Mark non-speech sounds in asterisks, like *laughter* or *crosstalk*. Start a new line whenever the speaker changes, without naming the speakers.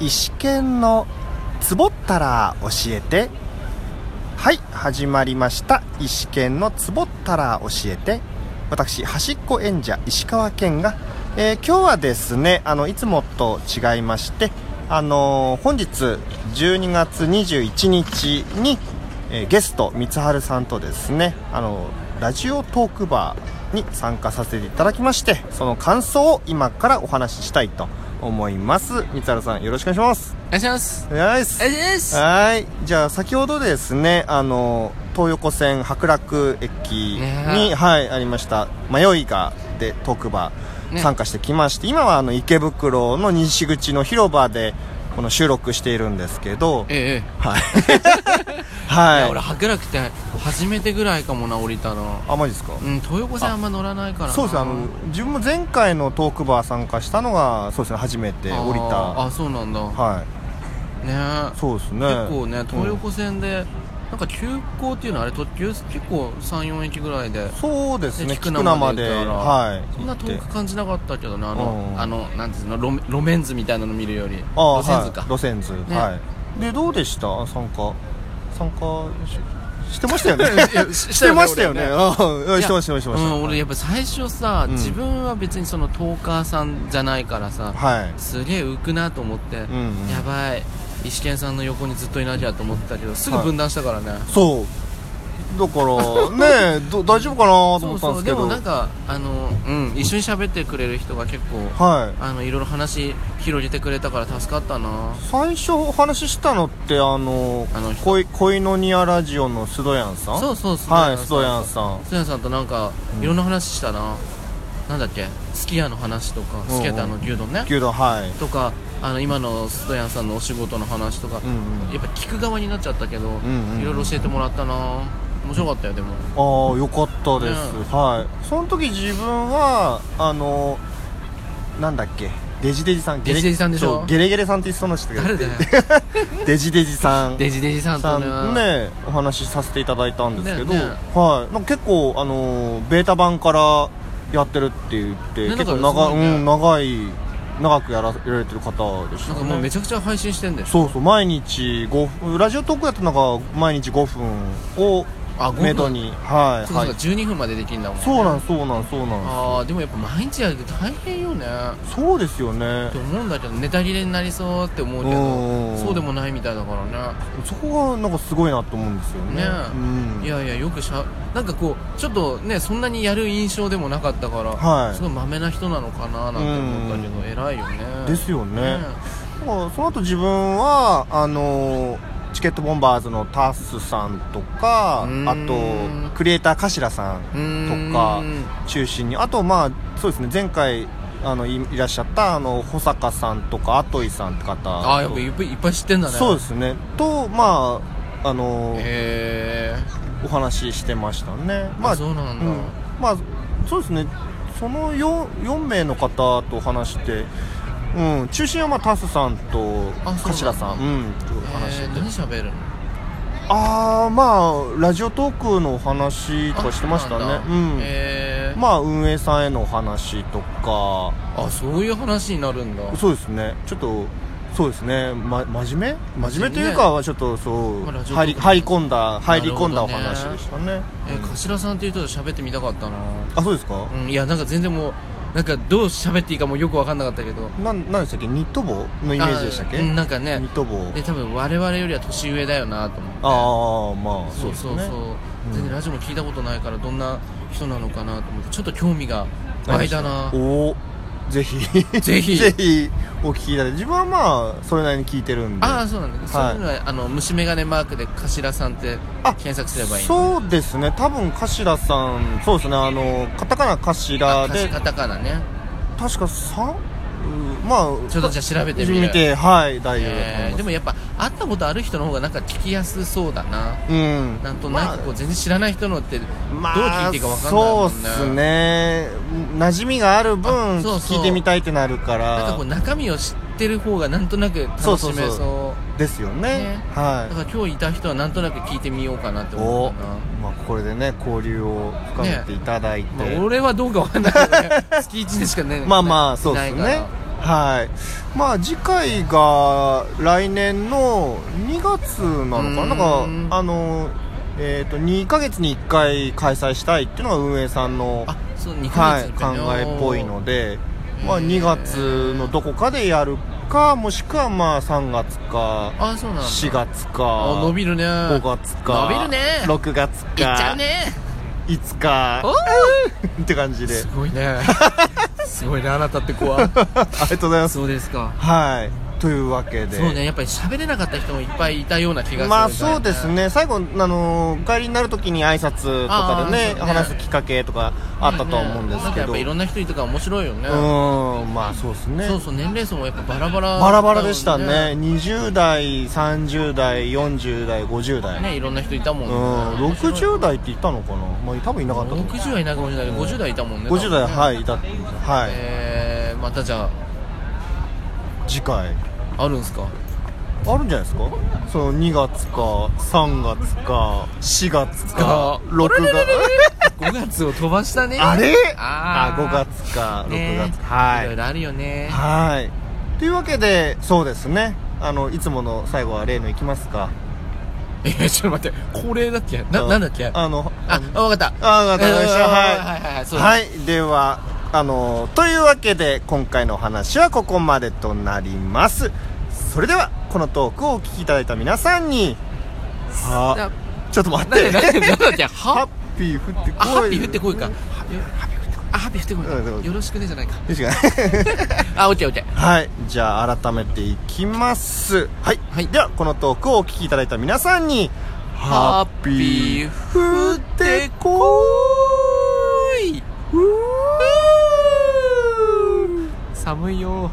石剣のつぼったら教えてはい始まりました石剣のつぼったら教えて私端っこ演者石川健が、えー今日はですねあのいつもと違いましてあのー本日12月21日に、えーゲスト三春さんとですねあのラジオトークバーに参加させていただきましてその感想を今からお話ししたいと思います三春さんよろしくお願いします
お願いします
お願いします
お願いします
はいじゃあ先ほどですねあの東横線白楽駅に、
ね
はい、ありました迷いがで特番
ね
参加してきまして、今はあの池袋の西口の広場でこの収録しているんですけど
ええ *laughs*
はい
い
は
や
い
俺白楽って初めてぐらいかもな降りたの
あマジですか、
うん東横線あんま乗らないからな
そうですねあの自分も前回のトークバー参加したのがそうですね初めて降り
あー
た
あそうなんだね
はいそうですね
結構ね東
うん
横線でなんか急行っていうのはあれ特急結構34駅ぐらいで
そうですね
で
菊
菊
名
名
ま
ま
で
で
はい
そんな遠
行っ
く
て
感じなかったけどねあ
う
の
ん
あのなんていうの路面路面図みたいなの見るより
あー
路線図か
はい、路線図、
ね
はいでどうでした参加参加ししてましたよね
*laughs* いや
*laughs*
し
してましたよね
俺
うんうん
いや
してましたしてましたしてま
う
した
ん俺やっぱ最初さ
うん
自分は別にそのトーカーさんじゃないからさ
はい
すげえ浮くなと思って、
んうん
やばい石剣さんの横にずっといなきゃと思ってたけどすぐ分断したからね、
そうだ
*laughs*
からねえど大丈夫かなと
そ
思
う
ったん
そ
で
う
すけ
で
ど
もなんかあの、うん、一緒に喋ってくれる人が結構、
はい
あのいろいろ話広げてくれたから助かったな
最初お話ししたのってあの
あの人
恋恋のニアラジオの須戸やんさん
そううそうそう
はい須戸やんさん
スヤさんとなんかいろんな話したな、なんだっけすき家の話とか
ん
すき家ってあの牛丼ね
牛丼はい
とかあの今のストヤンさんのお仕事の話とか、
うんうん
やっぱ聞く側になっちゃったけど、
んうん
いろいろ教えてもらったな面白かったよでも
ああよかったです、
ね
はいその時自分はあのなんだっけデジデジさん
デジデジさんでしょ
そうゲレゲレさんって言ってたの人
誰だよ
デジデジさん
デジデジさん
さ
とね
んねお話しさせていただいたんですけど、
ねね
はいなんか結構あのベータ版からやってるって言って、
ね
結構
だから
長,、
すごいね
うん、長い長くやらやられてる方でした
な
ね
んかもうめちゃくちゃ配信してんでしょ
そうそう毎日5分ラジオトークやったのが毎日5分を
あ5分
めどにはい
そうか
は
そう
い
か12分までできるんだもんね、
そうなんそうなんそうなん
あーでもやっぱ毎日やると大変よね
そうですよね
って思うんだけどネタ切れになりそうって思うけ
うん
どそうでもないみたいだからね
そこがなんかすごいなと思うんですよね
ね
うん、
いやいやよくしゃなんかこうちょっとねそんなにやる印象でもなかったから、
はい
すごいまめな人なのかななんて思ったけど、
うん
偉いよね
ですよね
ね
だからその後自分はあのーチケットボンバーズのタッスさんとか
う
あ
ん
とクリエイター頭さん
うーん
とか中心にあとまあそうですね前回あのいいらっしゃったあの保坂さんとかアトイさんって方
ああやっぱいっぱいいっぱい知ってんだね
そうですすねとまああのー
へ
お話ししてましたね
え
まあ
そうなんだ、
うん、まあそうですねその 4, 4名の方と話して、うん、中心はまあタスさんと
あそうなん
頭
だ
さん、うん、と話し
え
て
ー、
て
何喋るの
ああまあラジオトークのお話とかしてました
あそうなん
ね
だ
うん、
へえ
まあ運営さんへのお話とか
あそういう話になるんだ
そうですねちょっとそうですね、ま、真面目真面目というかはちょっとそう、
まあラジオトー
入り
ク
入り込んだ入り込んだお
なるほどね
話でしたね
えー頭さんっていう人と喋ってみたかったな
あそうですか
う、んいやなんか全然もうなんかどう喋っていいかもうよく分かんなかったけど
なん、なんでしたっけニット帽のイメージでしたっけ
あうんなんかね
ニット帽
で多分我々よりは年上だよなと思って
ああまあ
そうそうそう、
ですねうん
全然ラジオも聞いたことないからどんな人なのかなと思ってちょっと興味が湧いたな
おおぜひ
ぜひ
*laughs* ぜひお聞きいただいて自分はまあそれなりに聞いてるんで
ああ
あ
そうなんだ、ね
はい
そういうのはあの虫眼鏡マークで頭さんって検索すればいいの
そうですね多分頭さんそうですねあのカタカナ頭
あ
で
カタカナね
確か三うんまあ
ちょっとじゃあ調べてみる
見てはい大丈夫だと思
え
い
ー
ま
ですもやっぱ会ったことある人の方がなんか聞きやすそうだな
うん
なんとなくこう全然知らない人のってどう
まあ
聞いていいか分かんないもんね、
そうっすね馴染みがある分
あそうそう
聞いてみたいってなるから
なんかこう中身を知ってる方がなんとなく楽しめそう
そうそうそですよね
ね
はい
だから今日いた人はなんとなく聞いてみようかなって思
お
ったな、
まあ、これでね交流を深めていただいて、 *laughs*
まあ、俺はどうかわかんないけどね月1でしかね
まあまあそうですね
いないか
はいまあ次回が来年の2月なのかな
うー
なん
ん
かあのえっ、と2ヶ月に1回開催したいっていうのが運営さんの
あそう2
は
ヶ
い、
月
考えっぽいの
で
で、まあ、
へー
2月のどこかでやるかもしくはまあ3月か
あそうなんだ
4月
あ
か
伸びるね
5月か
伸びるね
6月
いっちゃ
か
うね
いつか *laughs*
お
って感じです
ごい
*laughs*
ねすごいねあなたって怖い
ありがとうございます
そうですか
はいというわけで
そうねやっぱり喋れなかった人もいっぱいいたような気がするんだよね
まあそうですね最後あのお帰りになるときに挨拶とかでね
あーそうね
話すきっかけとかあったと思うんで
な
す
んか
け
やっ
ど
ぱいろんな人とか面白いよね
うんまあそうですね
そうそう年齢層もやっぱバラバラ
バラバラでしたね20代30代40代50代、
ねいろんな人いたもん
う
ね
ん
面白い
60代っていたのかな、まあ、多分いなかったと思う
60はいなかもしれないけど50代いたもんね
50代
多分ね
はいいたはい、
えーまたじゃ
次回
ああるん
*laughs*
すか
あるんじゃないですかその2月か3月か4月か
あれ
6月
5月を飛ばしたね
あれ
あー
あ5月か6
ね
月、はい
ろいろあるよね
はいというわけでそうですねあのいつもの最後は例のいきますか
*laughs* えちょっと待って恒例だっけななんだっけあ
あの
あ分かった
あわかりました
う
はい
んはいはいはいそうだ
はい、では、あのというわけで、今回のお話はここまでとなります。それでは、このトークをお聞きいただいた皆さんに。は
な
ちょっと待っ
なんで
て。
なんでなんだっけ
ハ
は
ッピー降ってこい。
あハッピー降ってこいか。よあハッピー降ってこ
うんでも
いか。よろしくねじゃないか。
よしか *laughs*
あオッケーオッケー。
はい、じゃあ、改めていきます。はい、
はい
では、このトークをお聞きいただいた皆さんに。
ハッピー
降ってこい。
寒いよ。